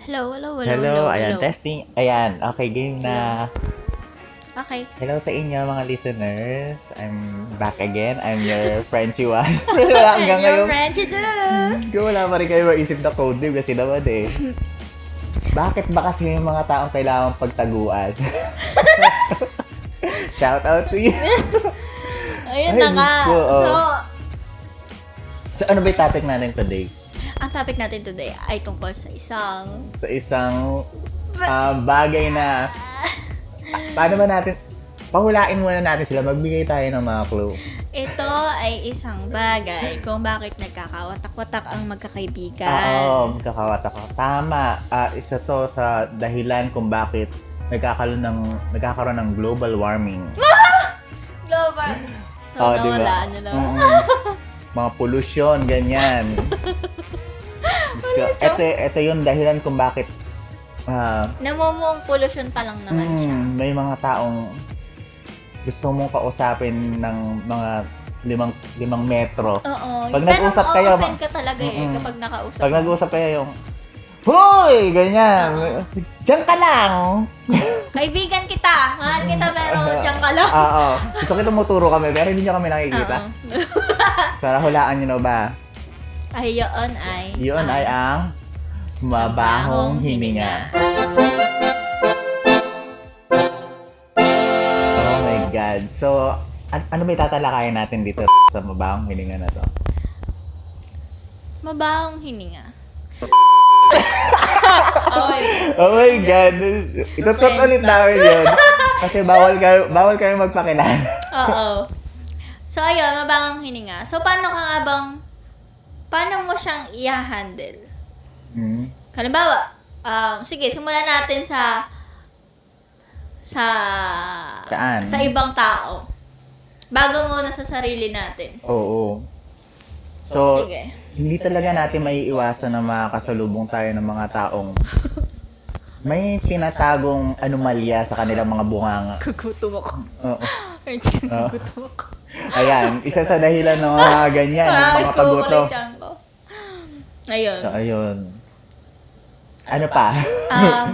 Hello, hello, Hello, hello. ayan, hello. testing. Ayan, okay, game na. Okay. Hello sa inyo mga listeners. I'm back again. I'm your Frenchie one. wala Ah, hanggang And your ngayon. friend, you do. Kung wala pa rin kayo maisip na code name kasi naman eh. Bakit ba kasi yung mga taong kailangan pagtaguan? Shout out to you. Ayun Ay, na nga. Nico, oh. So, So ano ba yung topic natin today? ang topic natin today ay tungkol sa isang... So isang ah, bagay na paano ba natin pahulain muna natin sila magbigay tayo ng mga clue. Ito ay isang bagay kung bakit nagkakawatak-watak ang magkakaibigan. Ah, Oo, magkakawat ako. Tama. Ah, isa to sa dahilan kung bakit nagkakaroon ng, nagkakaroon ng global warming. Global. Oo, So, Ah, di ba? nawala ano na lang. Mm. mga pollution, ganyan. Diyos ko. ito, ito yung dahilan kung bakit ah, Namumuong pollution pa lang naman mm, siya. may mga taong gusto mong kausapin ng mga limang, limang metro. Oo. Pag Pero nag-usap kayo, ma- ma- ka talaga eh Mm-mm. kapag nakausap. Pag nag-uusap kayo yung, Hoy! Ganyan! Diyan ka lang! Kaibigan kita! Mahal kita pero diyan ka lang. Oo. Gusto ko tumuturo kami, pero hindi nyo kami nakikita. Oo. Sana hulaan nyo na ba? Ay, yun ay... Yun ay ang mabahong hininga. Oh my God. So, an- ano may tatalakayan natin dito sa mabahong hininga na to? Mabahong hininga. okay. Oh my God. Itutot Offense ulit namin yun. Kasi bawal kayo, bawal kayo magpakilala. Oo. So, ayun, mabahong hininga. So, paano ka nga bang... Paano mo siyang i-handle? Hmm. Halimbawa, um, sige, simulan natin sa... Sa... Saan? Sa ibang tao. Bago muna sa sarili natin. Oo. So, Sige. hindi talaga natin maiiwasan na makakasalubong tayo ng mga taong may tinatagong anomalya sa kanilang mga bunganga. Gugutom ako. Oo. Archie, Ah. gugutom ako. Ayan, isa sa dahilan ng mga ganyan, ng Parang mga ko paguto. ko. Ayun. So, ayun. Ano pa? Um,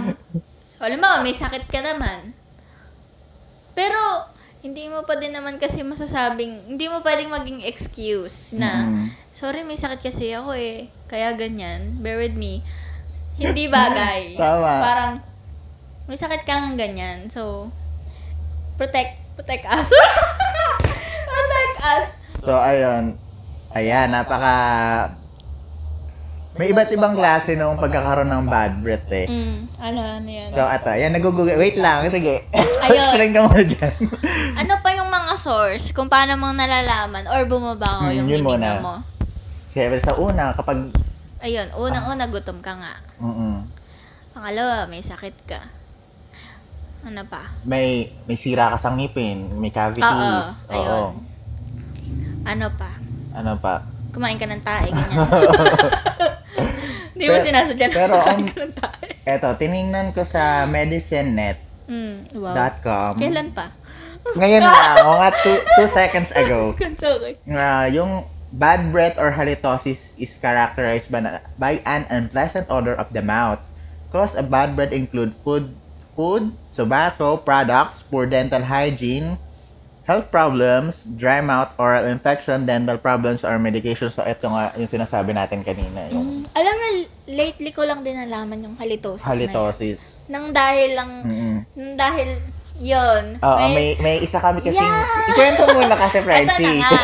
so, halimbawa, may sakit ka naman. Pero, hindi mo pa din naman kasi masasabing, hindi mo pwedeng maging excuse na, Mm. sorry, may sakit kasi ako eh. Kaya ganyan. Bear with me. Hindi bagay. Tama. Parang, may sakit kang ganyan. So, protect, protect us. protect us. So, ayun. Ayan, napaka... May iba't ibang klase ng pagkakaroon ng bad breath eh. Mm, ano, ano yan. So, ato, ayan, nagugugo. Wait lang, sige. Ayun. Ayun. ka muna dyan. ano pa yung mga source kung paano mo nalalaman or bumabaho Mm, yung yun muna. hininga mo? Siyempre, sa una, kapag... Ayun, unang-una gutom ka nga. Mm-mm. Pangalawa, may sakit ka. Ano pa? may may sira ka sa ngipin, may cavities. Oo, ayun. Ano pa? Ano pa? Kumain ka ng tae, ganyan. Hindi mo Pero- sinasadya na pero kumain ang- ka ng tae. Eto, tiningnan ko sa medicinenet.com. Mm, wow. Kailan pa? Ngayon lang, mga two, two seconds ago. Sorry. na yung bad breath or halitosis is characterized by, by an unpleasant odor of the mouth. Cause of bad breath include food, food, tobacco products, poor dental hygiene, health problems, dry mouth, oral infection, dental problems, or medication. So, ito nga yung sinasabi natin kanina, yung Mm, alam mo, lately ko lang din nalaman yung halitosis na yun. halitosis. Nang dahil lang, Mm-mm. nang dahil yun. Oo, may, may isa kami kasi, Yeah! ikwento muna kasi, Frenchie. Ito na nga.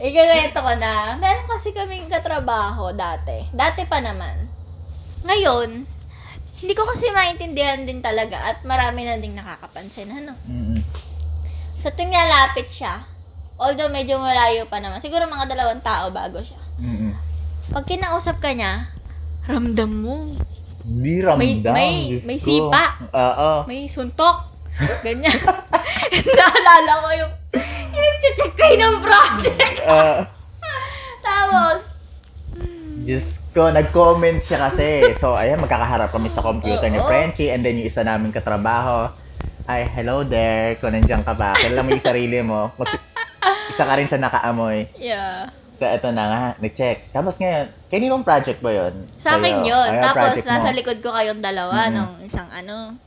Ikakwento ko na. Meron kasi kaming katrabaho dati. Dati pa naman. Ngayon, hindi ko kasi maintindihan din talaga at marami na ding nakakapansin. Ano? Mm-mm. Sa tuwing nalapit siya, although medyo malayo pa naman, siguro mga dalawang tao bago siya. Mm-mm. Pag kinausap ka niya, ramdam mo. Di ramdam, may- Diyos may ko. sipa. Oo. May suntok. Ganyan. Naalala ko yung, yung check kayo ng project. Ah. Tapos, Diyos ko, nag-comment siya kasi. So, ayan, magkakaharap kami sa computer ni Oo. Frenchie and then yung isa naming katrabaho. Ay, hello there. Kung nandiyan ka ba, kilala mo yung sarili mo. Kasi isa ka rin sa nakaamoy. yeah. So, eto na nga, nag-check. Tapos ngayon, kaninong project ba yun? Sa akin Sa'yo? yun. Ayaw, Tapos, project mo. nasa likod ko kayong dalawa Mm-mm. nung isang ano.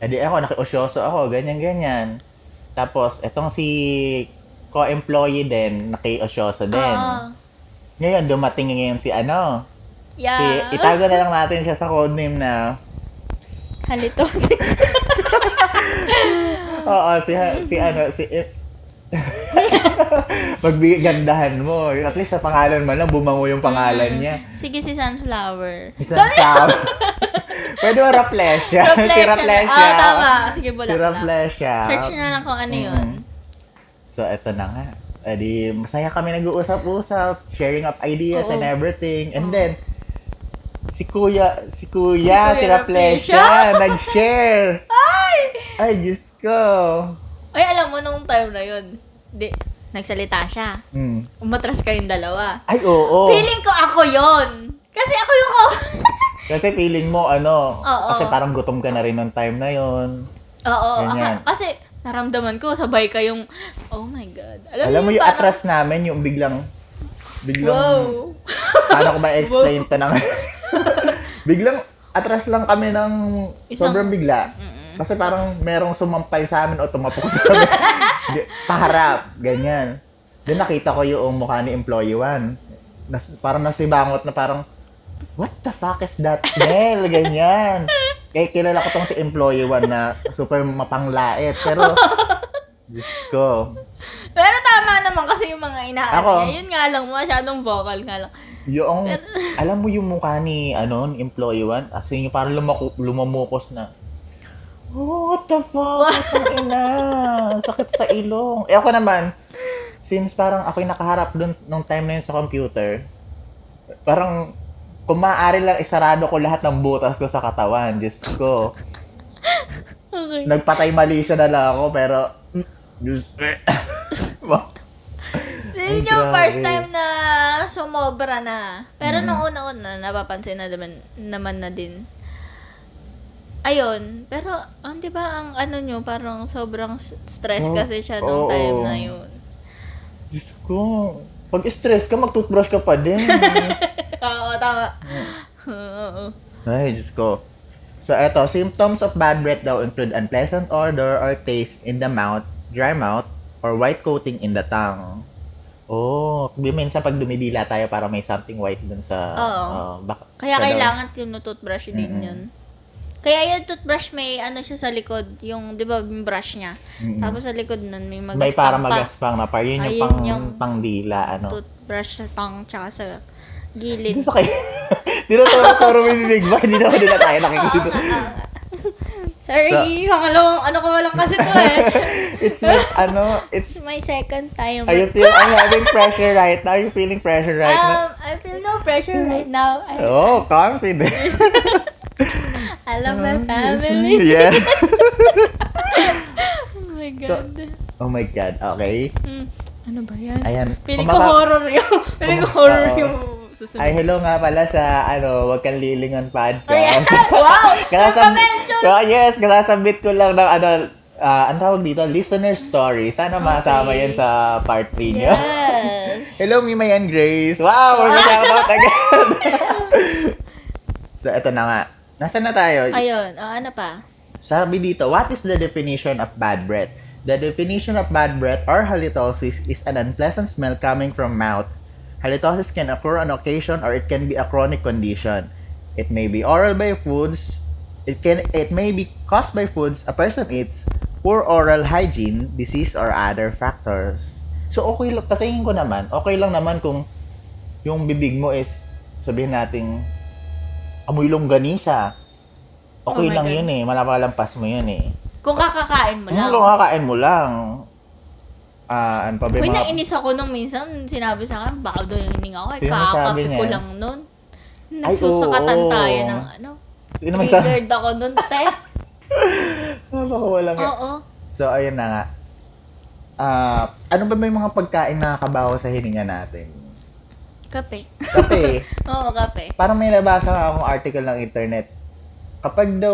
Eh di ako, nakiusyoso ako, ganyan-ganyan. Tapos, etong si co-employee din, nakiusyoso din. Oo. Ngayon, dumating ngayon si ano. Si, Yeah. itago na lang natin siya sa codename na, Halitosis. oo, si, si ano, si... Pagbigandahan mo. At least sa pangalan mo lang, bumango yung pangalan Mm. niya. Sige, si Sunflower. Isang tao. Pwede mo Raplesha. si Raplesha. Ah, tama. Si Sige, bulak lang. Raplesha. Search na lang kung ano Mm-hmm. yun. So, eto na nga. Eh di, masaya kami nag-uusap-usap, sharing of ideas Oo. and everything. And Oo. then, si Kuya, si Si Kuya, Kuya si, Raplesha, nag-share. Ay! Ay, Diyos ko. Ay, alam mo, nung time na yun, di, nagsalita siya. Mm. Umatras kayong dalawa. Ay, oo. Feeling ko ako yon Kasi ako yung ka... Kasi feeling mo, ano, Oo. kasi parang gutom ka na rin nung time na yon. Oo. Ganyan. aka- kasi naramdaman ko, sabay kayong, oh my God. Alam, Alam mo yung parang- atras namin, yung biglang, biglang, Wow. paano ko ba explain to na nga? biglang, atras lang kami ng Isang- sobrang bigla. Mm-mm. Kasi parang merong sumampay sa amin o tumapok sa amin. Di- Paharap, ganyan. Doon nakita ko yung mukha ni employee one. Nas, parang nasibangot na parang, what the fuck is that smell? Ganyan. Eh, kilala ko tong si employee one na super mapanglait. Pero, Diyos ko. Pero tama naman kasi yung mga Ako. inaano niya. Yun nga lang, masyadong vocal nga lang. Yung, Pero- alam mo yung mukha ni, ano, ni employee one? As in, yung parang lumaku, lumamukos na. "Oh, What the fuck? Ang ina. Sakit sa ilong. Eh ako naman, since parang ako'y nakaharap dun nung time na yun sa computer, parang kung maaari lang isarado ko lahat ng butas ko sa katawan. Diyos ko. Okay. Nagpatay mali siya na lang ako, pero... mm, Diyos Ay, Yun yung grabe. first time na sumobra na. Pero Mm. nung una-una, napapansin na naman, naman na din. Ayun. Pero, ah, di ba ang ano nyo, parang sobrang s- stress Oh, kasi siya nung oo. time na yun. Diyos ko. Pag stress ka, mag-toothbrush ka pa din. Oo, tama. Mm. Oo. Ay, Diyos ko. So, eto, symptoms of bad breath daw include unpleasant odor or taste in the mouth, dry mouth, or white coating in the tongue. Oh, di minsan pag dumidila tayo para may something white dun sa... Oo. oh, bak- sa Kaya daw. kailangan tinutoothbrush din Mm-mm. yun. Kaya yung toothbrush may ano siya sa likod, yung, di ba, yung brush niya. Mm-mm. Tapos sa likod nun, may may magaspang para pa- magaspang na par. Yun yung Ayun pang, yung pangdila, ano. toothbrush sa tongue, tsaka sa gilid. Gusto kayo. Tinuturo-turo mo yung big Hindi naman nila tayo nakikita. Sorry, pangalawang ano ko lang kasi to eh. it's my, ano, it's... It's my second time. I feel, I'm having pressure right now. You're feeling pressure right now. um, I feel no pressure right now. I, Oh, confident. I love my family. yeah. Oh my God. Oh my God, okay. Hmm, ano ba yan? Ayan. Piling ko Kumaka- horror yung, piling ko horror Oo. yung Ay, susunod. hello nga pala sa, ano, Wag Kang Lilingon podcast. Oh, wow! Kasam- Nagpa-mention! oh, yes, kasabit ko lang ng, ano, ah, ang tawag dito, listener story. Sana masama Okay. yan sa part 3 nyo. Yes. Hello, Mima and Grace. Wow, we're kasama agad. so, eto na nga. Nasaan na tayo? Ayun, oh, ano pa? Sabi dito, what is the definition of bad breath? The definition of bad breath or halitosis is an unpleasant smell coming from mouth. Halitosis can occur on occasion or it can be a chronic condition. It may be oral by foods. It can it may be caused by foods a person eats, poor oral hygiene, disease or other factors. So okay lang tatingin ko naman, okay lang naman kung yung bibig mo is sabihin nating amoy longganisa. Okay Oh my lang God. yun eh, malapalampas mo yun eh. Kung kakakain mo lang. Ano lang kakain mo lang? Ah, ano pa ba Uy, yung mga... nainis ako nung minsan, sinabi sa akin, baka daw yung hininga ko, eh, Sino sabi kakakape niya ko yan? lang nun. Nagsusukatan oo. tayo ng ano. Sino naman sa... Triggered ako nun, te. Napakawalang Oo. So, ayun na nga. Ah, ano ba may mga pagkain na nakabaho sa hininga natin? Kape. Kape. Oo, kape. parang may nabasa nga akong article ng internet. Kapag daw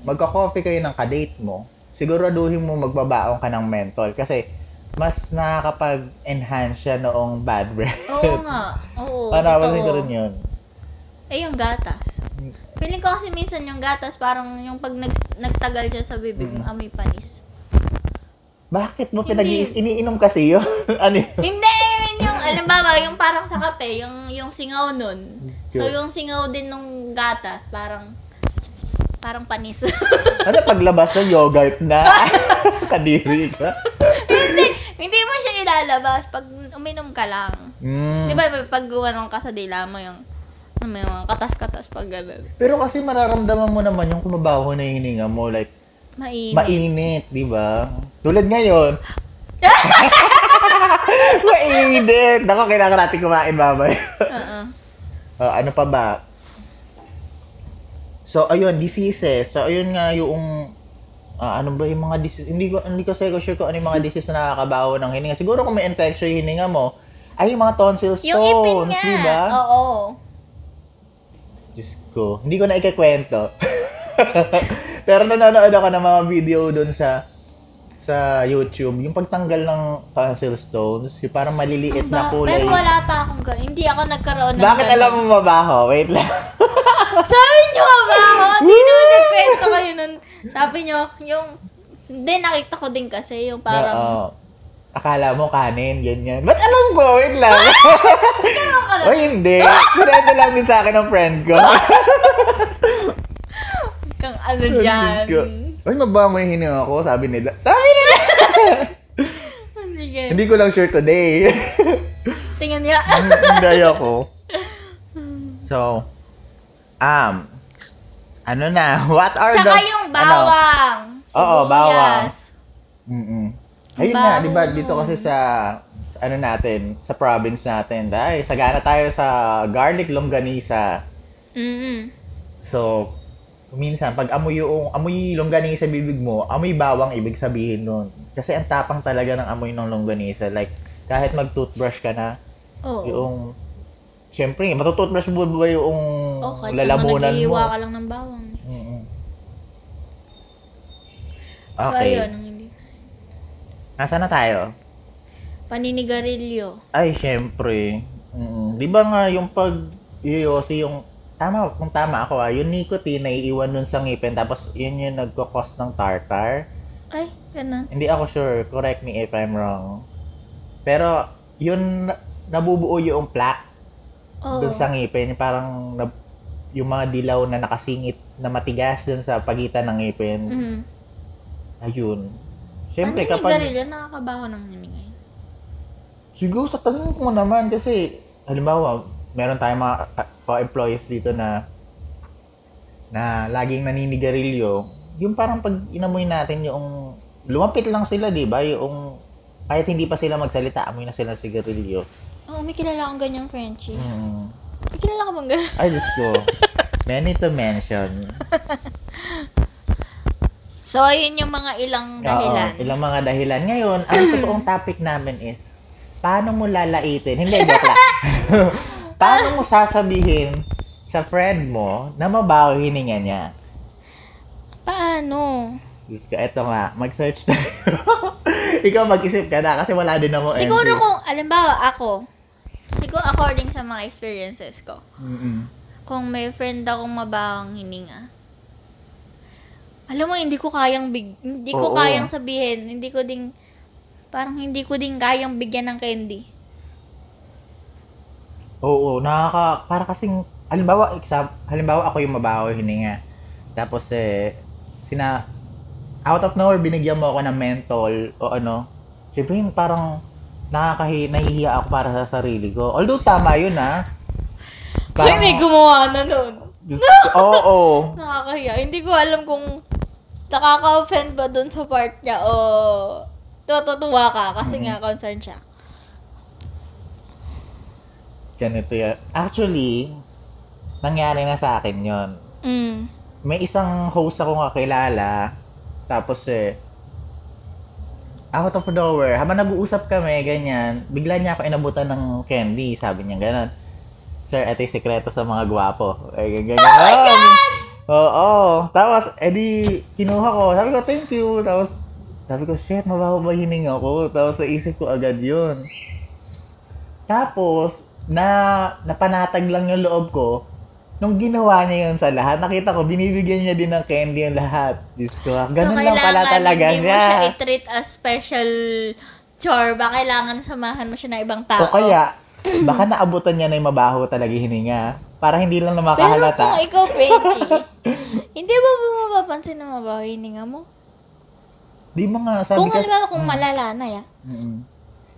magka-coffee kayo ng kadate mo, siguraduhin mo magbabaon ka ng menthol. Kasi mas nakakapag-enhance siya noong bad breath. Oo nga. Oo, Panawasin ko totoo. rin yun. Eh, yung gatas. Hmm. Feeling ko kasi minsan yung gatas, parang yung pag nag- nagtagal siya sa bibig mo, amoy panis. Bakit mo Hindi. pinag iniinom kasi yun? ano yun? Hindi, I mean, yung, alam ba ba, yung parang sa kape, yung, yung singaw nun. So, Yun. yung singaw din nung gatas, parang, parang panis. Ano paglabas na yogurt na? Kadiri ka. hindi, hindi mo siya ilalabas pag uminom ka lang. Mm. Di ba, may pag ano ka sa dila mo yung, ano, may mga katas-katas pag ganun. Pero kasi mararamdaman mo naman yung kumabaho na yung hininga mo. Like, Mainit. mainit, di ba? Tulad ngayon. mainit! Nako, kailangan natin kumain mamaya. Oo. Ah, ano pa ba? So, ayun, diseases. So, ayun nga yung... ah, ano ba yung mga disease? Hindi ko, hindi ko sure sure kung ano yung mga disease na nakakabaho ng hininga. Siguro kung may infection yung hininga mo, ay yung mga tonsil stones, Yung ipin nga. di ba? Oo. Diyos ko. Hindi ko na ikikwento. Pero nanonood ako ng mga video doon sa sa YouTube, yung pagtanggal ng tonsil stones, yung parang maliliit Ang na ba- kulay. Pero wala pa akong ganun. Hindi ako nagkaroon ng Bakit ganun. alam mo mabaho? Wait lang. Sabi niyo ka ba ako? Di naman nagkwento kayo nun. Sabi niyo, yung... Hindi, nakita ko din kasi yung parang... Oo. Akala mo kanin, ganyan. Ba't alam ko? Wait lang. Ano ka o hindi. Pinento lang din sa akin ng friend ko. Kang ano dyan. Uy, mabaho mo yung hininga ko, sabi nila. Sabi nila! Sige. hindi ko lang sure today. Tingnan niya. hindi ako. So, um, ano na? What are the... Tsaka yung bawang. Ano? Ano? Oo, bawang. Mm-mm. Ayun Ang nga, di ba baho dito nun. kasi sa, sa ano natin, sa province natin, ay, sagana tayo sa garlic longganisa. Mm-mm. So, minsan, pag amoy yung, amoy yung longganisa sa bibig mo, amoy bawang ibig sabihin nun. Kasi ang tapang talaga ng amoy ng longganisa. Like, kahit mag-toothbrush ka na, Oo. yung, syempre, matutoothbrush mo ba yung Oh, kahit lalamunan mo. mo? ka lang ng bawang. Mm-mm. So, Okay. ayun. ang hindi. Nasaan na tayo? Paninigarilyo. Ay, syempre. Mm, Di ba nga yung pag yoyosi yung tama kung tama ako ah, yung nicotine na iiwan dun sa ngipin tapos yun yung nagko-cause ng tartar. Ay, ganun. Hindi ako sure, correct me if I'm wrong. Pero yun na- nabubuo yung plaque Oo. dun sa ngipin, yung parang nab- yung mga dilaw na nakasingit na matigas dun sa pagitan ng ngipin. Mm. Ano Ayun. Siyempre, kapag... Paninigarilyo, nakakabaho ng eh. hininga. yun. Siguro sa tanong ko naman kasi halimbawa, meron tayong mga ah, co-employees dito na na laging naninigarilyo. Yung parang pag inamoy natin yung lumapit lang sila, 'di ba? Yung kahit hindi pa sila magsalita, amoy na sila ng sigarilyo. Oo, Oh, may kilala akong ganyang Frenchie. Mm. May kilala ka bang gano'n? Ay, let's go. Many to mention. So, ayun yung mga ilang Oo, dahilan. ilang mga dahilan. Ngayon, ang totoong topic namin is, paano mo lalaitin? Hindi, joke lang. paano mo sasabihin sa friend mo na mabaho yung hininga niya? Paano? Diyos ko, eto nga, mag-search tayo. Ikaw mag-isip ka na kasi wala din ako Siguro entry. kung, alimbawa, ako, siguro according sa mga experiences ko, Mm-mm. kung may friend akong mabawang hininga, alam mo, hindi ko kayang big, hindi ko Oo. kayang sabihin, hindi ko ding, parang hindi ko din kayang bigyan ng candy. Oo, nakaka... Para kasing... Halimbawa, exam, halimbawa ako yung mabaho yung hininga. Tapos eh, sina... Out of nowhere, binigyan mo ako ng mentol o ano. Siyempre yun, parang nakakahi, nahihiya ako para sa sarili ko. Although tama yun ah. Ay, may gumawa na nun. Diyos ko, Oo. Nakakahiya. Hindi ko alam kung nakaka-offend ba dun sa part niya o natutuwa ka kasi Mm-hmm. nga concerned siya. Ganito yan. Actually, nangyari na sa akin yon Mm. may isang host ako kakilala. Tapos eh, out of nowhere, habang nag-uusap kami, ganyan, bigla niya ako inabutan ng candy, sabi niya, gano'n. Sir, ito yung sekreto sa mga gwapo. Ay, ganyan. Oh my eh, God! Oo. Tapos, edi, kinuha ko. Sabi ko, thank you. Tapos, Sabi ko, shit, mabaho ba hininga ko? Tapos naisip ko agad yun. Tapos, na, napanatag lang yung loob ko. Nung ginawa niya yun sa lahat, nakita ko, binibigyan niya din ng candy yung lahat. Diyos ko, ah, ganun lang pala talaga hindi siya. mo siya i-treat as special chore. Ba kailangan samahan mo siya ng ibang tao? O kaya, baka naabutan niya na yung mabaho talaga yung hininga. Para hindi lang na Pero kung makahalata. ikaw, Benji, hindi ba mo mapapansin na mabaho yung hininga mo? Di ba nga, sabi kung ka, alam mo, kung malala na ya. Mm.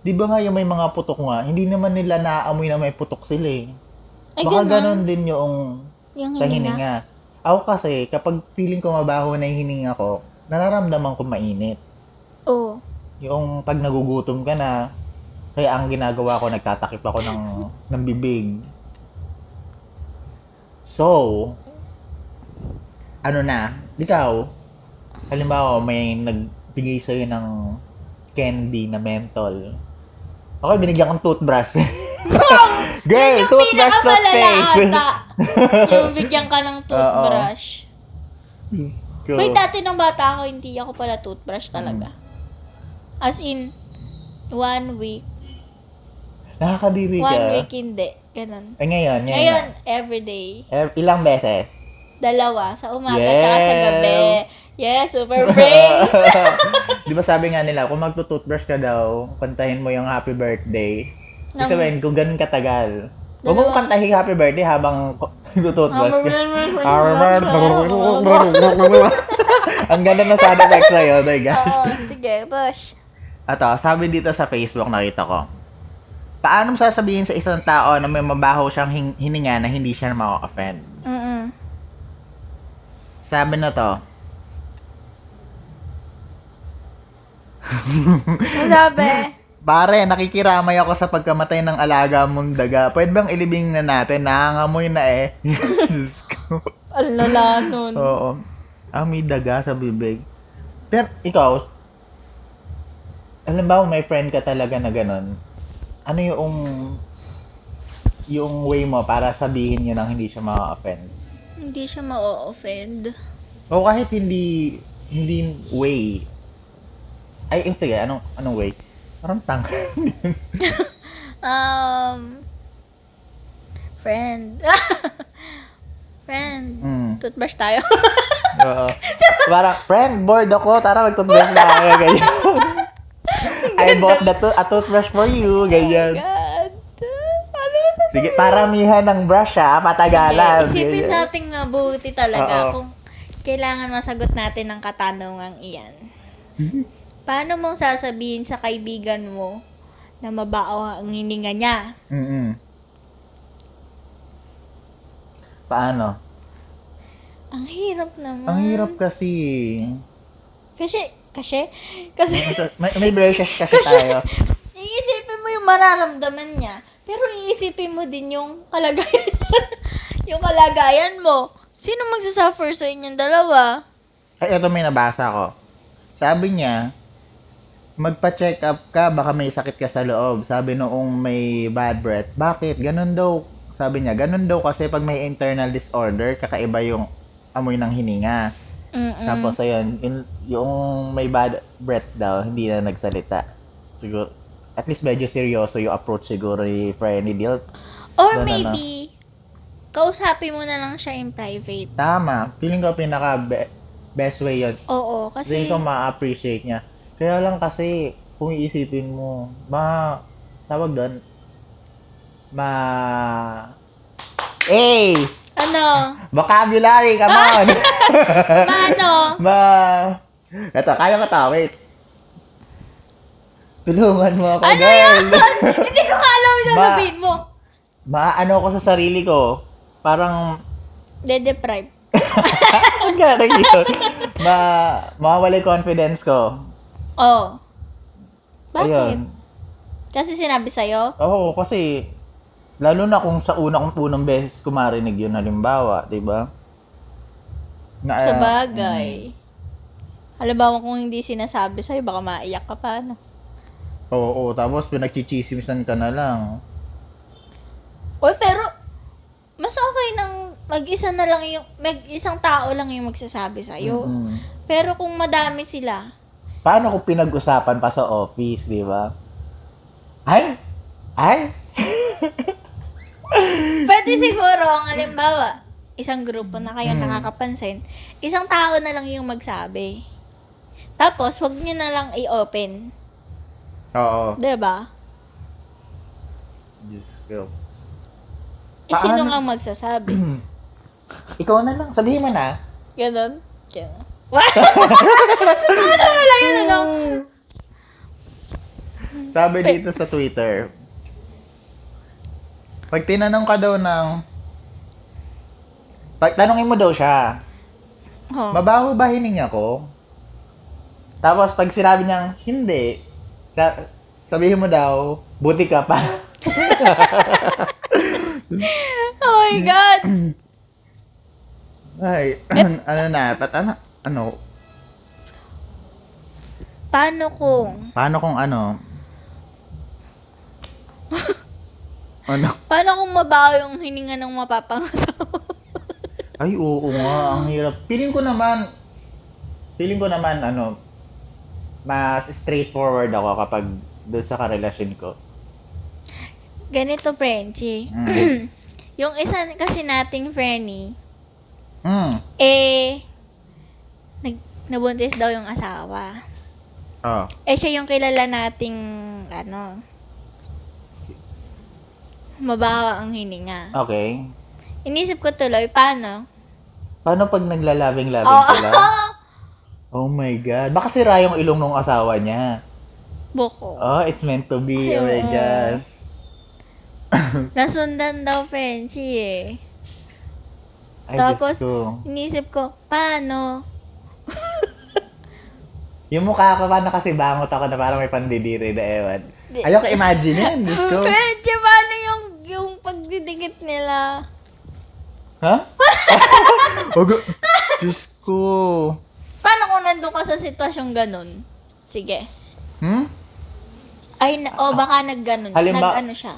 Di ba nga yung may mga putok nga, hindi naman nila naaamoy na may putok sila eh. Ay, Baka ganun. ganun din yung Yung sa hininga. hininga. Ako kasi, kapag feeling ko mabaho na yung hininga ko, nararamdaman ko mainit. Oo. Yung pag nagugutom ka na, kaya ang ginagawa ko, nagtatakip ako ng, ng bibig. So, ano na, ikaw, halimbawa may nagbigay sa'yo ng candy na mentol. Okay, binigyan kang toothbrush. Girl, Yun yung toothbrush, pinakamalala toothpaste. ata. yung bigyan ka ng toothbrush. Go. Hmm. Wait, ah. dati nung bata ako, hindi ako pala toothbrush talaga. As in, one week. Nakakadiri ka. One week hindi. Ganun. Eh, ngayon, ngayon. Ngayon, everyday. Eh, ilang beses? Dalawa. Sa umaga, Yeah. tsaka sa gabi. Yes, super brace! Di ba sabi nga nila, kung magto-toothbrush ka daw, kantahin mo yung happy birthday. Ibig Ng- sabihin, kung ganun katagal. Huwag mo Dalawa. kantahin happy birthday habang nagto-toothbrush ka. Oo, Ang ganda na sound effects na yun, oh my gosh. sige, push. Ato, sabi dito sa Facebook, nakita ko. Paano mo sasabihin sa isang tao na may mabaho siyang hin- hininga na hindi siya ma-offend? Mm-mm. Sabi na to, Ang sabi. Pare, nakikiramay ako sa pagkamatay ng alaga mong daga. Pwede bang ilibing na natin? Nangangamoy na eh. Diyos ko. Ang lala nun. Oo. Ah, may daga sa bibig. Pero ikaw, alam ba may friend ka talaga na ganun? Ano yung yung way mo para sabihin yun nang hindi siya ma-offend? Hindi siya ma-offend. O kahit hindi hindi way. Ay, eh, sige, anong anong way? Parang tang. Um, friend. friend. mm. Toothbrush tayo. Oh Oo. Parang, friend, bored ako. Tara, mag-toothbrush na tayo. Ganyan. I bought the to- a toothbrush for you. Oh my Ganyan. God. Paano mo sasabihin? Sige, paramihan ng brush ha. Patagalan. Sige, isipin Ganyan. natin mabuti talaga Oo. kung kailangan masagot natin ang katanungang iyan. Paano mong sasabihin sa kaibigan mo na mabao ang hininga niya? Mm-mm. Paano? Ang hirap naman. Ang hirap kasi. Kasi, kasi, kasi, May, may braces kasi Kasi- tayo. iisipin mo yung mararamdaman niya, pero iisipin mo din yung kalagayan yung kalagayan mo. Sino magsasuffer sa inyong dalawa? Ay, ito Eh, may nabasa ko. Sabi niya, magpa-check up ka, baka may sakit ka sa loob. Sabi noong may bad breath, bakit? Ganun daw, sabi niya, ganun daw kasi pag may internal disorder, kakaiba yung amoy ng hininga. Mm-mm. Tapos ayun, yun, yung may bad breath daw, hindi na nagsalita. Siguro, at least medyo seryoso yung approach siguro ni Friend ni Dilt. Wala Or na. maybe, kausapin mo na lang siya in private. Tama, feeling ko pinaka be- best way yun. Oo, Kasi kasi... ko ma-appreciate niya. Kaya lang kasi, kung iisipin mo, ma... Tawag doon? Ma... Hey! Ano? Vocabulary, come on! Paano? ma... Eto, kaya ko to, wait. Tulungan mo ako, Ano girl! Hindi ko nga alam yung Ma- sasabihin mo. Maano ko ano sa sarili ko. Parang... De-deprive. Ang galing yun. Ma... Mawala confidence ko. Oo. Oh. Bakit? Ayun. Kasi sinabi sa'yo? Oo, kasi lalo na kung sa unang unang beses ko marinig yun halimbawa, 'di ba? Na, Mm. Sa bagay. Halimbawa kung hindi sinasabi sa'yo, baka maiyak ka pa, ano? mm, oo, tapos pinagchichismisan ka na lang. Uy, pero, mas okay nang mag-isa na lang yung, mag-isang tao lang yung magsasabi sa'yo. Mm-mm. Pero kung madami sila, paano kung pinag-usapan pa sa office, di ba? Ay! Ay! Pwede siguro, ang halimbawa, isang grupo na kayo Mm. nakakapansin, isang tao na lang yung magsabi. Tapos, wag nyo na lang i-open. diba? Oo. 'Di ba? Diyos ko. Eh, sino Paano? ang magsasabi? Ikaw na lang. Sabihin mo na. Ganon? Ganon. What? Totoo na wala yun, ano? Sabi Pe- dito sa Twitter, pag tinanong ka daw ng, pag tanongin mo daw siya, Oh. mabaho ba hininga ko? Tapos pag sinabi niyang, hindi, sa- sabihin mo daw, buti ka pa. oh my God! Ay, ano na, pat, ano, ano, Paano kung, paano kung ano? ano? paano kung mabaho yung hininga ng mapapangasawa? Ay, oo nga. Ang hirap. Feeling ko naman, feeling ko naman, ano, mas straightforward ako kapag doon sa karelasyon ko. Ganito, Frenchie. Mm. yung isa kasi nating Frenny, Mm. eh, nag, nabuntis daw yung asawa. Oh. Eh, siya yung kilala nating, ano, mabaho ang hininga. Okay. Inisip ko tuloy, paano? Paano pag naglalabing-labing Oo! sila? Oh my God. Baka sira yung ilong ng asawa niya. Buko. Oh, it's meant to be. Oh my Ayun. God. Nasundan daw, Frenchie, eh. Ay, Tapos- Diyos ko. Inisip ko, paano? Yung mukha ko, paano kasi bangot ako na parang may pandidiri na ewan. Di- Ayoko imagine yan, Diyos ko. Frenchie, paano yung, yung pagdidikit nila? Ha? Ogo. Diyos ko. Paano kung nandun ka sa sitwasyong ganun? Sige. Hmm? Ay, na, Ah. oh, baka nagganon. Halimbawa- nag-ano siya.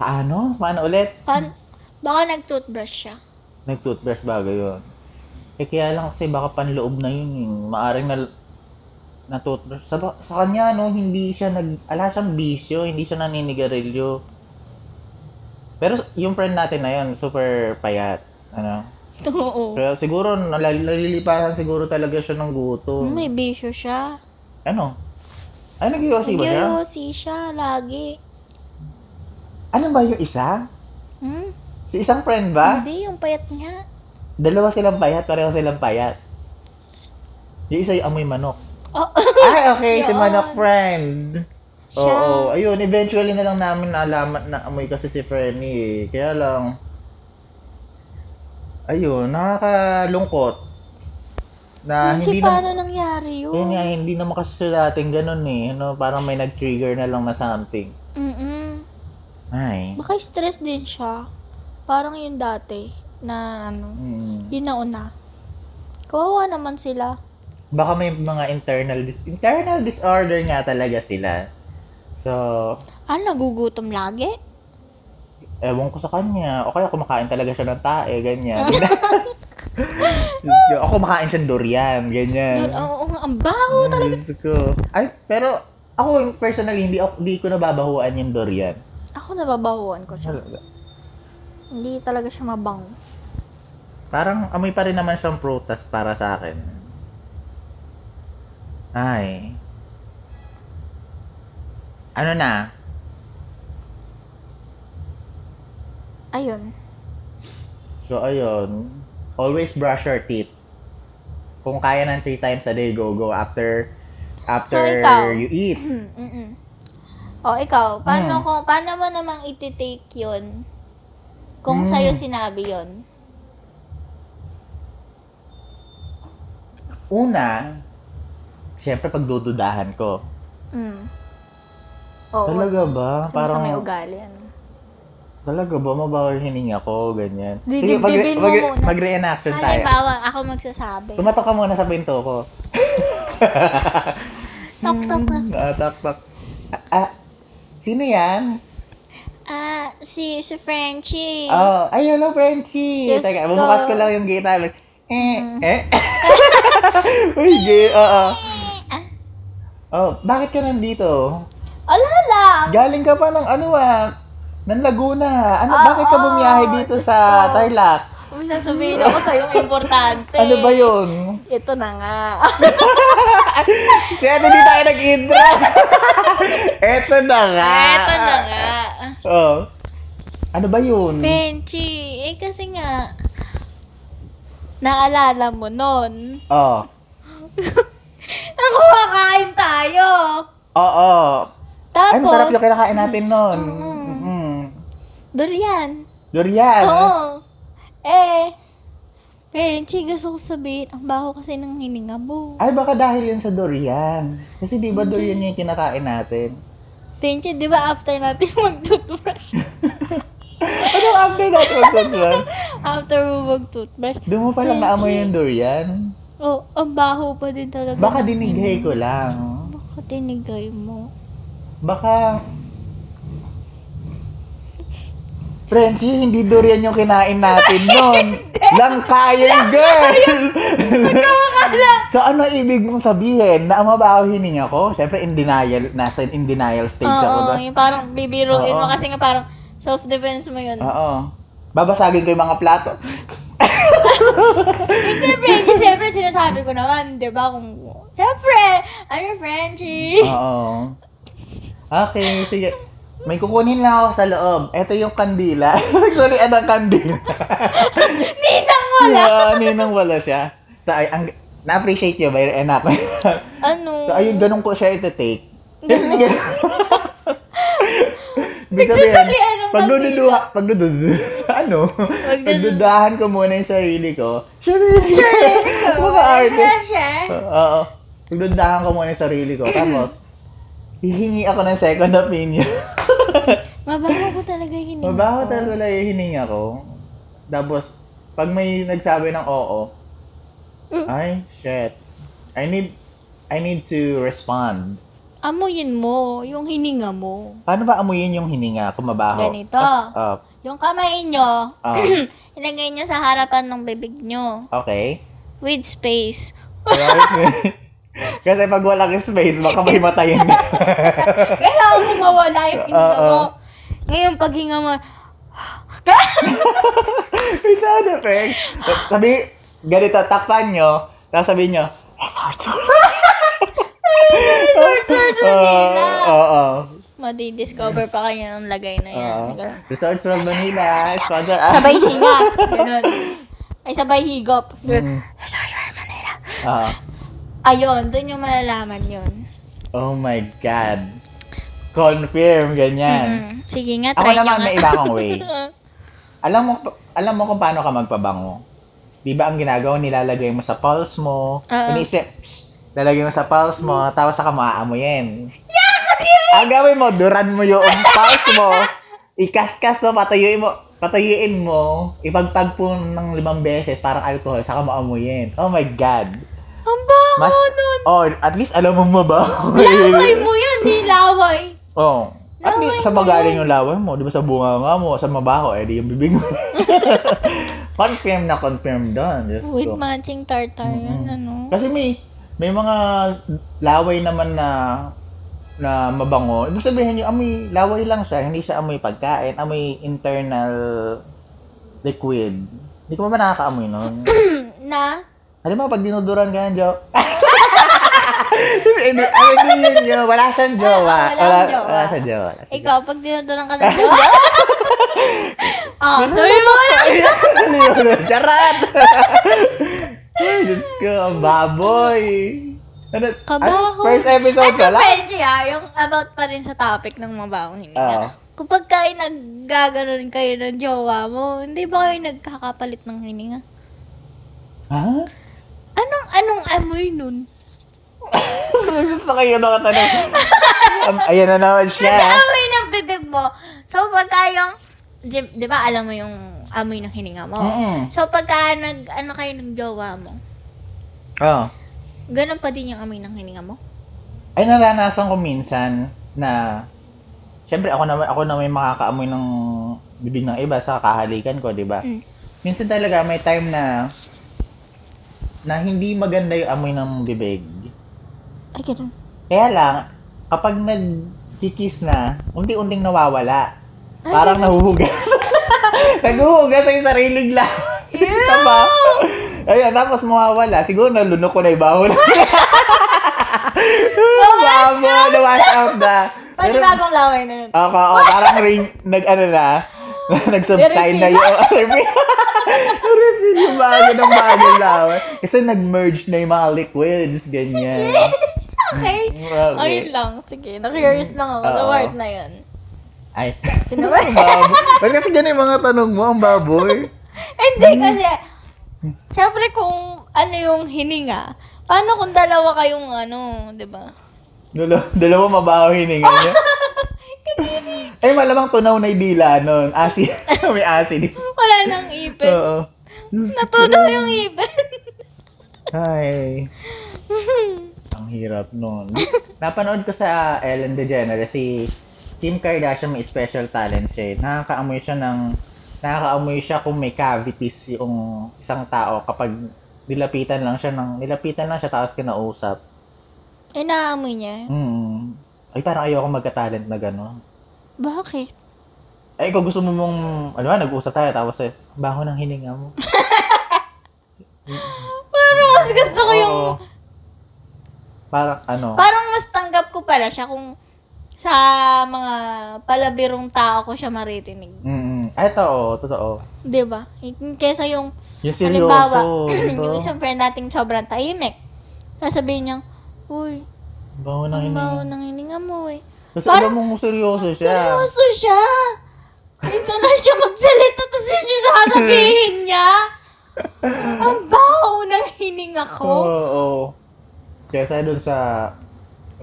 Paano? Paano ulit? Pan, baka nag-toothbrush siya. Nag-toothbrush bago yun. Eh kaya lang kasi baka panloob na yun yung maaring na, na toothbrush. Sa, sa kanya no, hindi siya nag, ala siyang bisyo, hindi siya naninigarilyo. Pero yung friend natin na yun, super payat. Ano? Oo. Kaya siguro, nalal- nalilipasan siguro talaga siya ng gutom. May bisyo siya. Ano? Ay, nag-iossi ba siya? Yoyosi siya oh, lagi. Ano ba yung isa? Hmm? Si isang friend ba? Hindi, yung payat niya. Dalawa silang payat, pareho silang payat. Yung isa yung amoy manok. Oh, Ay, okay, si Yun. Manok friend. siya. Oo, ayun, eventually na lang namin naalaman na amoy kasi si Frenny eh. Kaya lang, ayun, nakakalungkot. Na Ah, Hindi, hindi paano na, nangyari yun nga, yun? hindi naman kasi sa dating ganun eh. Ano, parang may nag-trigger na lang na something. Mm-mm. Ay. Baka stress din siya. Parang yung dati na ano, Mm. yun na una. Kawawa naman sila. Baka may mga internal dis- internal disorder nga talaga sila. So, Ah, nagugutom lagi? ewan ko sa kanya. O kaya kumakain talaga siya ng tae, ganyan. Diyos ko. o kumakain siya ng durian, ganyan. Yun, oo nga, ang baho Mm, talaga. Diyos ko. Ay, pero ako personally, hindi, ako, hindi ko nababahuan yung durian. Ako nababahuan ko siya. Hindi talaga siya mabango. Parang amoy pa rin naman siyang prutas para sa akin. Ay. Ano na? Ayun. So, ayun. Always brush your teeth. Kung kaya ng three times a day, go, go. After, after So, ikaw? you eat. Mm-mm. O, ikaw, Mm. paano, kung, paano mo namang iti-take yun? Kung Mm. sa'yo sinabi yun. Una, syempre pagdududahan ko. Mm. Oo. Talaga ba? Parang... Parang, may ugali. Ano? talaga ba? Mabaho yung hininga ko, ganyan. magre- Didibdibin mo magre- muna. Mag-reenaction tayo. Halimbawa, ako magsasabi. Tumatok ka muna sa pinto ko. Tok, tok, tok. Ah, tak, tak. Ah, ah, sino yan? Ah, si, si Frenchie. Oh, ay, hello, Frenchie. Eh. Diyos Teka, ko. Mm. bubukas ko lang yung gate namin. Eh, eh. Uy, gay, oo. Ah, Oh, bakit ka nandito? Ala lang! Galing ka pa ng ano ah, ng Laguna. Ano, Oo, bakit ka bumiyahe dito Ah, Diyos sa ko. Tarlac? May sasabihin ako sa'yo, importante. Ah. Ano ba yun? Ito na nga. Kaya hindi tayo nag-intro. Eto na nga. Ito na nga. Oh. Ano ba yun? Benchi, eh kasi nga, naalala mo nun, Oh. ang kumakain tayo. Oo. Tapos, Ay, masarap yung kinakain natin nun. Mm. Mm. durian. Durian. Oo. Eh, Benchi, gusto ko sabihin, ang baho kasi ng hininga mo. Ay, baka dahil yan sa durian. Kasi di ba durian yung kinakain natin? Benchi, di ba after natin mag-toothbrush? Ano after that one? after mo mag-toothbrush? Doon mo palang naamoy yung durian. Oh, ang baho pa din talaga. Baka ng dinighay hininga. ko lang. Baka tinigay mo. Baka... Frenchie, hindi durian yung kinain natin nun. Langka yun, girl! so, ano ibig mong sabihin? Na mabaho hininga ko? Siyempre, in denial, nasa in denial stage ako Oo, ba? yung parang bibiruin mo Oo. Ah. kasi nga parang self-defense mo yun. Oo. Babasagin ko yung mga plato. Hindi, Frenchie, siyempre sinasabi ko naman, di ba? Kung, siyempre, I'm your Frenchie. Ah. Oo. Okay, sige. May kukunin lang ako sa loob. Ito yung kandila. Sorry, ano kandila? Ninang mo Wala. lang. ninang Ano wala siya. So, ay, ang, na-appreciate niyo ba yung anak? Ano? so, ayun, ganun ko siya iti-take. Ganun. Ibig Nagsasalian ng pagdududuha, pagdududuha, ano? Pagdududahan ko muna yung sarili ko. Sarili ko. Sure, ko. Mga artist. Fresh, eh. Oo. Pagdududahan ko muna yung sarili ko. Tapos, hihingi ako ng second opinion. Mabaho ko talaga yung hininga Mabaho ko. Oh, talaga yung hininga ko. Tapos, pag may nagsabi ng oo, Mm. ay, shit. I need, I need to respond. Amuyin mo, yung hininga mo. Paano ba amuyin yung hininga kung mabaho? Ganito. Ah, Yung kamay nyo, ah, ah, ilagay nyo sa harapan ng bibig nyo. okay. With space. Alright. Kasi pag walang space, baka may matayin ka. Kailangan mo mawala yung hininga Oo. mo. Ngayon, paghinga mo, may sound effect. Sabi, ganito, takpan nyo, tapos sabihin nyo, resorto. resorto nila. Oo, oo. madidiscover pa kayo ng lagay na yan. Oo. Ganun. Resorts from Manila. Sponsor us. Sabay hinga. Ganun. Ay, sabay higop. Mm. Ganun. Resorts from Manila. Oo. Ayun, dun yung malalaman yun. Oh my God. Confirm, ganyan. Mm-mm. Mm-hmm. Sige nga, Ako try nyo naman, nga. may iba akong way. Alam mo, alam mo kung paano ka magpabango. Di ba ang ginagawa, nilalagay mo sa pulse mo. Oo. Mm. ini-spe- psst, lalagay mo sa pulse mo, tapos saka mo aamuyin. Ang gawin mo, duran mo yung pulse mo, ikaskas mo, patayuin mo, patayuin mo, ipagtagpon ng limang beses, parang alcohol, saka mo amuyin. Oh my God. Ang baho Mas- nun. Oh, at least alam mo mabaho. Laway mo yun, nilaway. Oo. Oh, At Laway least sa mo magaling yung laway mo, di ba sa bunga nga mo, sa mabaho, eh di yung bibig mo. confirm na confirm doon. Diyos With ko. matching tartar yun, ano? Kasi may, may mga laway naman na na mabango. Ibig sabihin yung amoy, laway lang siya, hindi siya amoy pagkain, amoy internal liquid. Hindi ko pa ba nakakaamoy nun? na? Alam mo, pag dinuduran ka ng jowa... Hindi, ano din yun, jo? Wala siyang jowa. Ah, wala akong jowa. Wala siyang jowa. Wala siyang jowa. Ikaw, pag dinadurang ka ng jowa. Ah, sabi mo lang. Ano yun? Charot! Ay, Diyos ko, ang baboy. Ano, ano, Kabaho. first episode Ito, ka lang? Benji, ah, yung about pa rin sa topic ng mabawang hininga. Oo. Kapag kayo naggaganon kayo ng jowa mo, hindi ba kayo nagkakapalit ng hininga? Ha? Anong, anong amoy nun? Gusto kayo nakatanong. Um, ayan na naman siya. Kasi amoy ng bibig mo. So, pagka yung, di, di ba alam mo yung amoy ng hininga mo? Mm. So, pagka nag, ano kayo ng jowa mo, Oh. ganun pa din yung amoy ng hininga mo? ay naranasan ko minsan na syempre ako naman ako na may makakaamoy ng bibig ng iba sa kahalikan ko, 'di ba? Mm. Minsan talaga may time na na hindi maganda yung amoy ng bibig. Ay, ganun. Kaya lang, kapag nagkikiss na, unti-unting nawawala. Ay, Parang sabi- nahuhugas. naguhugas sa sariling lang. Ew! Tama. Ayan, tapos mawawala. Siguro nalunok ko na yung baho na. Babo, na-wash out na. Panibagong laway na yun. Oo, oo, parang ring, nag, ano na, nag-subside na yung refill. refill yung bago ng bago lang. Kasi nag-merge na yung mga liquids, ganyan. Okay. Grabe. Mm. Ah, Ayun lang. Sige, na-curious lang ako. Oo. The word na yun. Ay. Sino ba? Babo. Ba't kasi ganun yung mga tanong mo, ang baboy? Hindi kasi, syempre kung ano yung hininga, paano kung dalawa kayong ano, di ba? Dalawa, dalawa mabaho hininga niya. Ay, malamang tunaw na yung dila nun. Asin. May asin. Wala nang ipin. Oo. Natunaw yung ipin. Ay. Ang hirap nun. Napanood ko sa uh, Ellen DeGeneres, si Kim Kardashian may special talent siya. eh. Nakakaamoy siya ng nakakaamoy siya kung may cavities yung isang tao kapag nilapitan lang siya ng nilapitan lang siya tapos kinausap. Eh, naamoy niya. Mm. Ay parang ayoko magka-talent na gano'n. Bakit? Ay, kung gusto mo mong, ano ba, nag-uusap tayo, tapos eh, bango ng hininga mo. Parang mas gusto ko yung... Oo. Parang ano, Parang mas tanggap ko pala siya kung sa mga palabirong tao ko siya maritinig. mm, ay, totoo, totoo. Di ba? Kesa yung Yung Halimbawa, seryoso, diba? yung isang friend nating sobrang tahimik. Sasabihin niya, Uy, Bango ng ang hininga. baho ng hininga mo eh. Kasi Parang- alam mong seryoso siya. Seryoso siya! Minsan lang siya magsalita, tapos yun yung sasabihin niya. Ang baho ng hininga Oo, ko. oo. Kesa dun sa,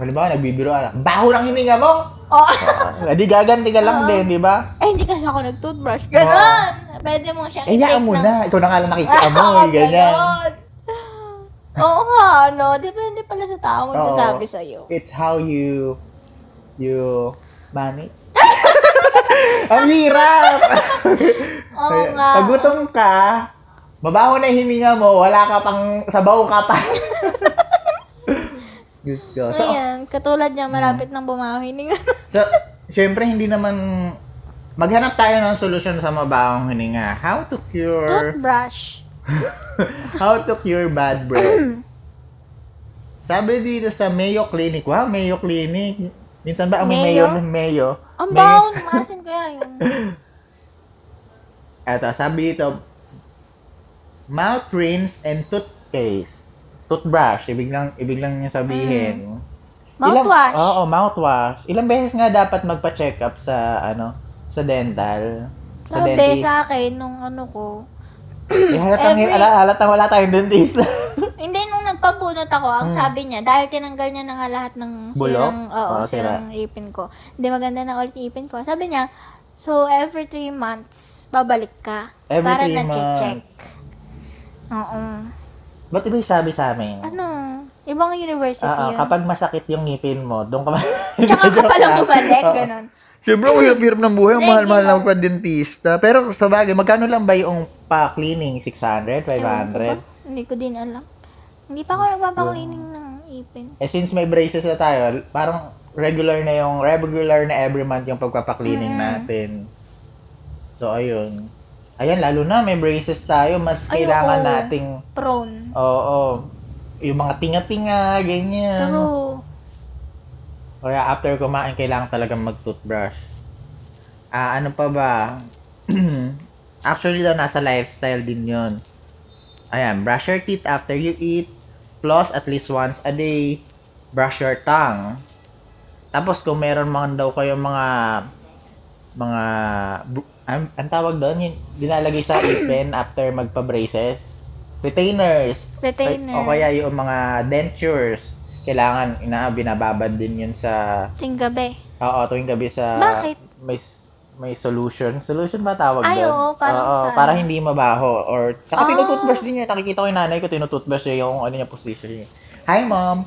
halimbawa, nagbibiro ka lang, baho ng hininga mo! Oh. Ah, Di gaganti ka lang Oo. din, di ba? Eh, hindi kasi ako nag-toothbrush. Ganon! Pwede mo siyang Eh, yaan mo na. Ikaw na nga lang nakikaamoy, ganyan. ganon. Oo nga, ano. Depende pala sa tao Oo. magsasabi sa'yo. It's how you, you, manage. Ang hirap! Oo Kaya, nga. Pag gutom ka, mabaho na yung hininga mo, wala ka pang, sabaw ka pa. Diyos ko. So, Ayan, katulad niya, Mm. malapit nang bumaho hininga. so, syempre, hindi naman, maghanap tayo ng solusyon sa mabahong hininga. How to cure, Toothbrush. how to cure bad breath. Sabi dito sa Mayo Clinic, wow, Mayo Clinic. Minsan ba ang Mayo? Mayo? Mayo. Mayo. Ang May- baon, maasim kaya yun. Eto, sabi dito, mouth rinse and toothpaste. Toothbrush, ibig lang, ibig lang niya sabihin. Mm. Mouthwash. Ilang, oo, mouthwash. Ilang beses nga dapat magpa-check up sa, ano, sa dental. Sa Sabi dentist. sa akin, nung ano ko, Eh, halatang, every- ala- halatang wala tayong dentist. Hindi, nung nagpabunot ako, ang Mm. sabi niya, dahil tinanggal niya na nga lahat ng Bulok? Ah, sirang, oo, Oo, sirang ipin ko. Hindi maganda na ulit yung ipin ko. Sabi niya, so every three months, babalik ka. Every para three na check months. Oo. Ba't iba yung sabi sa amin? Ano? Ibang university Oo, yun. kapag masakit yung ngipin mo, doon ka Tsaka ka palang bumalik, Oo. ganun. Siyempre, ang hirap-hirap ng buhay. Ang mahal-mahal Regular. lang pa dentista. Pero sa bagay, magkano lang ba yung pa-cleaning? 600? Ewan ko ba? 500? Hindi ko din alam. Hindi pa ako nagpapakulining ng ipin. Eh, since may braces na tayo, parang regular na yung, regular na every month yung pagpapaklining Mm. natin. So, ayun. Ayan, lalo na may braces tayo, mas Ay, kailangan oo. nating, Prone. oo, yung mga tinga-tinga, ganyan. Pero, Kaya after kumain, kailangan talagang mag-toothbrush. Ah, ano pa ba? Actually daw, nasa lifestyle din yon. Ayan, brush your teeth after you eat. Floss at least once a day. Brush your tongue. Tapos kung meron mga daw kayong mga mga bu- ang, ang tawag doon yung dinalagay sa ipin after magpa-braces. Retainers. retainer. O kaya yung mga dentures, kailangan ina binababad din yun sa Ting gabi. oo tuwing gabi sa Bakit? may may solution. Solution ba tawag Ay, doon? oo, parang sa- para hindi mabaho or saka Ah. tinututbrush din niya. Nakikita ko yung nanay ko tinututbrush niya yung ano niya postiso niya. Hi, mom.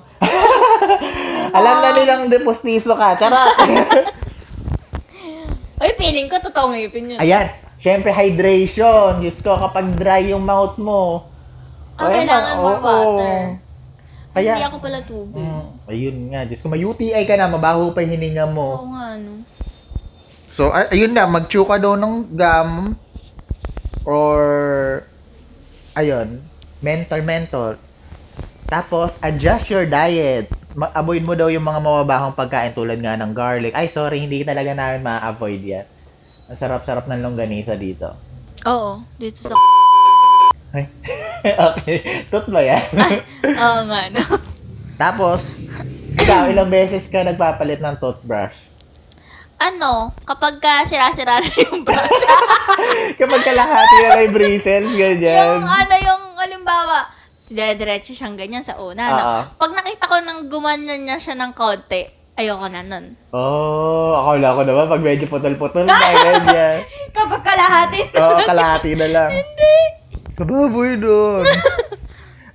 Alam na nilang de postiso ka. Charot. Ay, feeling ko totoong ipin yun. Ayan. Siyempre, hydration. Diyos ko, kapag dry yung mouth mo. Ah, Ayan, kailangan oo. mo water. Kaya- hindi ako pala tubig. Mm, ayun nga. Diyos ko, may UTI ka na, mabaho pa yung hininga mo. Oo nga, no? So, ay- ayun na, magchuka daw ng gum or ayun, mentor mentor. Tapos, adjust your diet. Ma- avoid mo daw yung mga mababahong pagkain tulad nga ng garlic. Ay, sorry, hindi talaga namin ma-avoid yan. Ang sarap-sarap ng longganisa dito. Oo, dito sa... okay, tutlo yan. Oo nga, no? Tapos, ikaw, ilang beses ka nagpapalit ng toothbrush? Ano, kapag ka sira-sira na yung brush, Kapag kalahati na may bristles, ganyan. yung ano yung, alimbawa, dire-diretso siyang ganyan sa una, no? Oo. Pag nakita ko nang gumanyan niya siya ng konti, ayoko na nun. Oh, akala ko naman pag medyo putol-putol na ganyan. Kapag kalahati Oo, kalahati na lang. Hindi. Kababoy doon.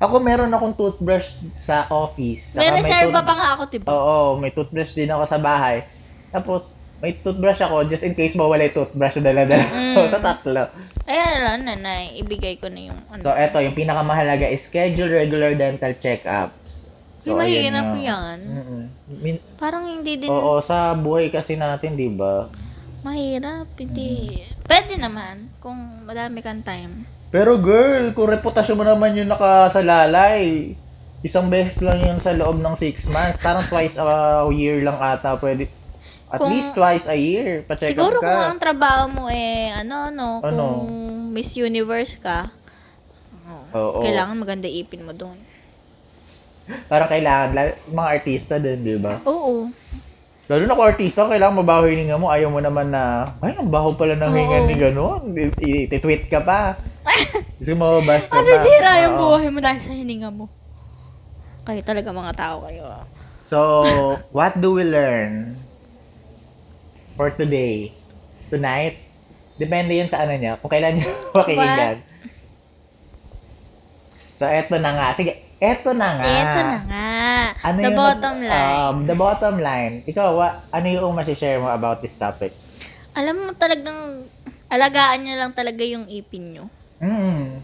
Ako meron akong toothbrush sa office. Saka May reserva tooth- pa nga ako, diba? Oo, may toothbrush din ako sa bahay. Tapos, may toothbrush ako just in case mawala yung toothbrush na dala-dala ko Mm. sa tatlo. Ayan lang, nanay. Ibigay ko na yung ano. So, eto, yung pinakamahalaga is schedule regular dental check-ups. So, ayun Uy, mahirap na. yan. Mm-mm. Min- Parang hindi din Oo, sa buhay kasi natin, di ba? mahirap. Hindi. Mm. Pwede naman kung madami kang time. Pero girl, kung reputasyon mo naman yung nakasalalay, isang beses lang yun sa loob ng six months. Parang twice a year lang ata pwede. At Kung- least twice a year. Pa-check up Siguro ka. kung ang trabaho mo eh, ano, no, kung Ano? Miss Universe ka, Oo. kailangan maganda ipin mo doon. Parang kailangan. lalo- Mga artista din, di ba? Oo. Lalo na kung artista, kailangan mabaho yung hininga mo. Ayaw mo naman na, ay, ang baho pala ng hinga Oo. ni gano'n. I- i- Ititweet ka pa. Gusto mo mababash ka pa. Masisira yung Oo. buhay mo dahil sa hininga mo. Kayo talaga mga tao kayo. ah. So, what do we learn for today? Tonight? Depende yun sa ano niya, kung kailan niya pakinggan. So, eto na nga. Sige, eto na nga. Eto na nga. Ano the yung nag- bottom line. Um, the bottom line. Ikaw, wa- ano yung masishare mo about this topic? Alam mo talagang, alagaan niya lang talaga yung ipin nyo. Mm.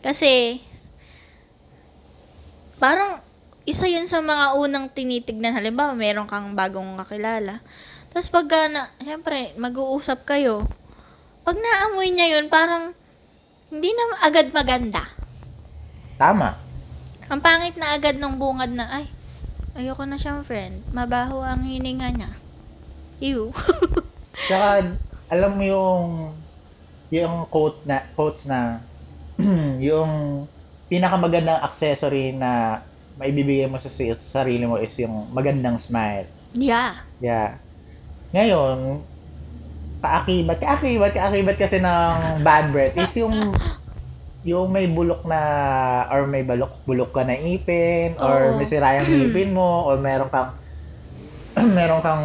Kasi, parang isa yun sa mga unang tinitignan. Halimbawa, meron kang bagong kakilala. Tapos pagka na, syempre, mag-uusap kayo. Pag naamoy niya yun, parang hindi na agad maganda. Tama. Ang pangit na agad nung bungad na, ay, ayoko na siyang friend. Mabaho ang hininga niya. Ew. Tsaka, alam mo yung yung quote na quotes na yung pinakamagandang accessory na maibibigay mo sa si- sarili mo is yung magandang smile. yeah. Yeah. Ngayon, kaakibat, kaakibat, kaakibat kasi ng bad breath is yung yung may bulok na or may balok bulok ka na ipin or Oo. may sira yung ipin mo or meron kang meron kang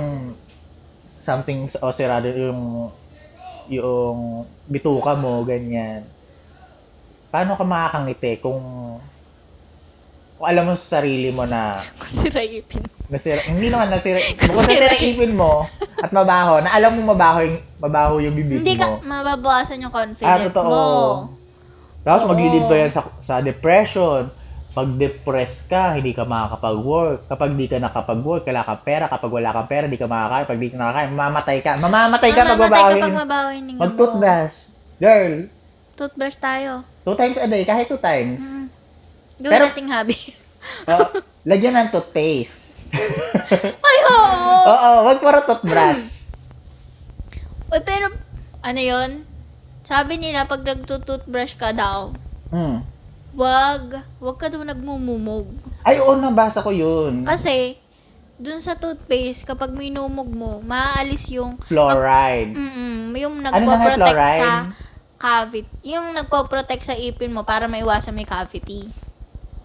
something o sirado yung yung bituka mo ganyan. Paano ka makakangiti kung kung alam mo sa sarili mo na Kung siraipin. Nasira, hindi naman nasira, bukod nasira ipin mo at mabaho, na alam mo mabaho yung, mabaho yung bibig Hindi ka, mo. mababawasan yung ah, confidence totoo. mo. Tapos Oo. maglilid pa yan sa, sa depression. Pag depressed ka, hindi ka makakapag-work. Kapag di ka nakapag-work, kailangan ka pera. Kapag wala kang pera, di ka makakain. Pag di ka nakakain, mamamatay ka. Mamamatay ka pag Mamamatay mabaho ka pag yung... mabaho yung hininga mo. Mag-toothbrush. Girl, Toothbrush tayo. two times a day, kahit two times. Mm. Gawin Pero- nating hobby. Oh, lagyan ng toothpaste. Ay, oo! Oo, wag para toothbrush. Uy, pero, ano yon? Sabi nila, pag nagtututbrush ka daw, Mm. wag, wag ka daw nagmumumog. Ay, oo, nabasa ko yun. Kasi, dun sa toothpaste, kapag minumog mo, maaalis yung, Fluoride. mm yung Ano na nga nagpo-protect fluoride? sa cavity. Yung nagpo-protect sa ipin mo para maiwasan may cavity.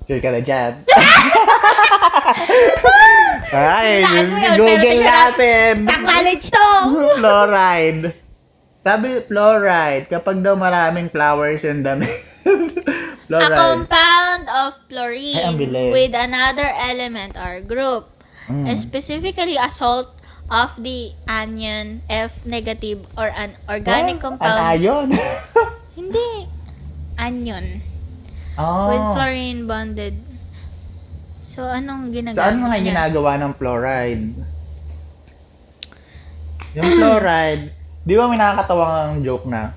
Sure ka na dyan. Alright, Wala, ano yun? Pero Google tingnan natin. Stock knowledge to! fluoride. Sabi fluoride, kapag daw maraming flowers yung dami. A fluoride. compound Ay, of ang fluorine bilis. with another element or group, Mm. specifically a salt of the onion F negative or an organic What? Ano compound. yun? Hindi. Onion. oh. With fluorine bonded So, anong So, ginagamit ano nga yung niya? ginagawa ng fluoride? Yung fluoride, di ba may nakakatawa ng joke na,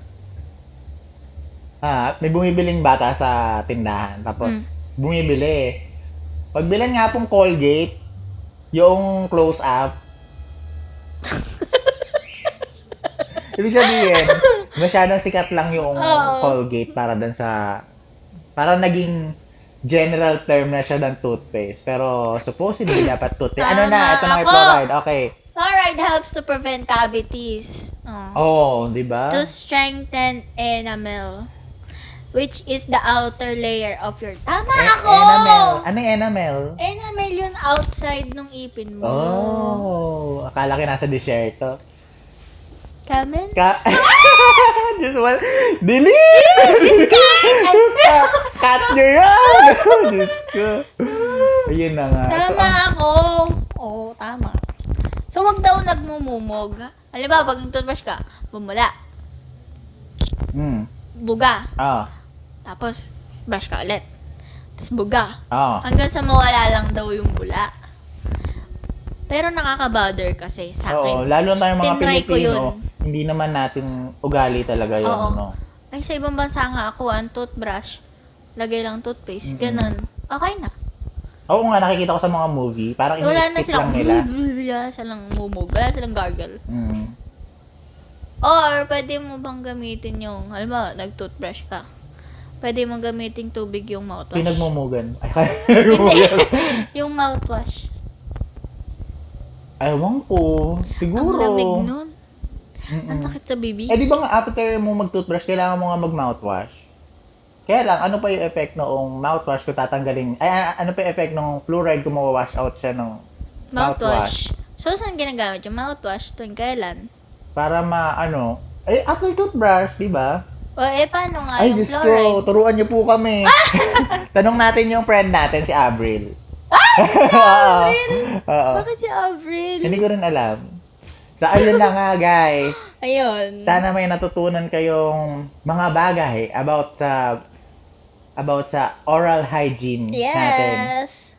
ah, may bumibiling bata sa tindahan, tapos Mm. bumibili. Pagbilan nga pong Colgate, yung close up, Ibig sabihin, masyadong sikat lang yung Oo. Colgate para dun sa, para naging general term na siya ng toothpaste. Pero supposedly dapat toothpaste. Ano Hmm. Tama na, ito na may ako. fluoride. Okay. Fluoride helps to prevent cavities. Oh. Oh, di ba? To strengthen enamel, which is the outer layer of your... Tama E- ako! Enamel. Ano yung enamel? Enamel yun outside nung ipin mo. Oh, akala ko nasa desierto. Kamen? Ka Just one. Delete! Cut nyo yun! Diyos ko. Ayun na nga. So, Tama ang- ako. Oo, tama. So, wag daw nagmumumog. Alam ba, pag toothbrush ka, bumula, Mm. buga, Ah. tapos brush ka ulit. Tapos buga. Ah. Hanggang sa mawala lang daw yung bula. Pero nakaka-bother kasi Oo, sa akin. lalo tayong mga Tinry ko yun. Pilipino, hindi naman natin ugali talaga ano. yun, Oo. no? Ay, sa ibang bansa nga ako, ang toothbrush, lagay lang toothpaste, Mm-mm. ganun. Okay na. Oo nga, nakikita ko sa mga movie, parang Wala na ini-skip lang nila. silang, wala silang mumog, wala silang gargle. Mm. Or, pwede mo bang gamitin yung, alam mo, nag-toothbrush ka. Pwede mo gamitin tubig yung mouthwash. Pinagmumugan. Ay, pinagmumugan. yung mouthwash. Ewan ko. Siguro. Ang lamig nun. Mm-mm. Ang sakit sa bibig. Eh, di ba nga after mo mag-toothbrush, kailangan mo nga mag-mouthwash? Kaya lang, ano pa yung effect noong mouthwash ko tatanggalin? Ay, a- ano pa yung effect noong fluoride kung mawawash out siya ng mouthwash. So, saan ginagamit yung mouthwash? Tuwing kailan? para ma, ano, eh, after toothbrush, di ba? O, eh, paano nga Ay, Ah! yung Diyos fluoride? ko, turuan niyo po kami. Tanong natin yung friend natin, si Avril. Ah, Oo. Bakit si Avril? Hindi ko rin alam. Sa ayun na nga, guys. Ayun. Sana may natutunan kayong mga bagay about sa about sa oral hygiene natin. Yes.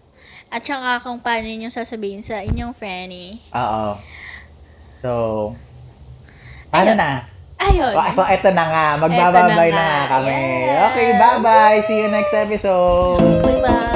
At saka kung paano nyo sasabihin sa inyong Franny. Oo. So, ano Ayun. na? Ah, Ayun. So, eto na nga. Magbababay Eto na na nga nga. kami. Yes. Okay, bye-bye. See you next episode. Bye-bye.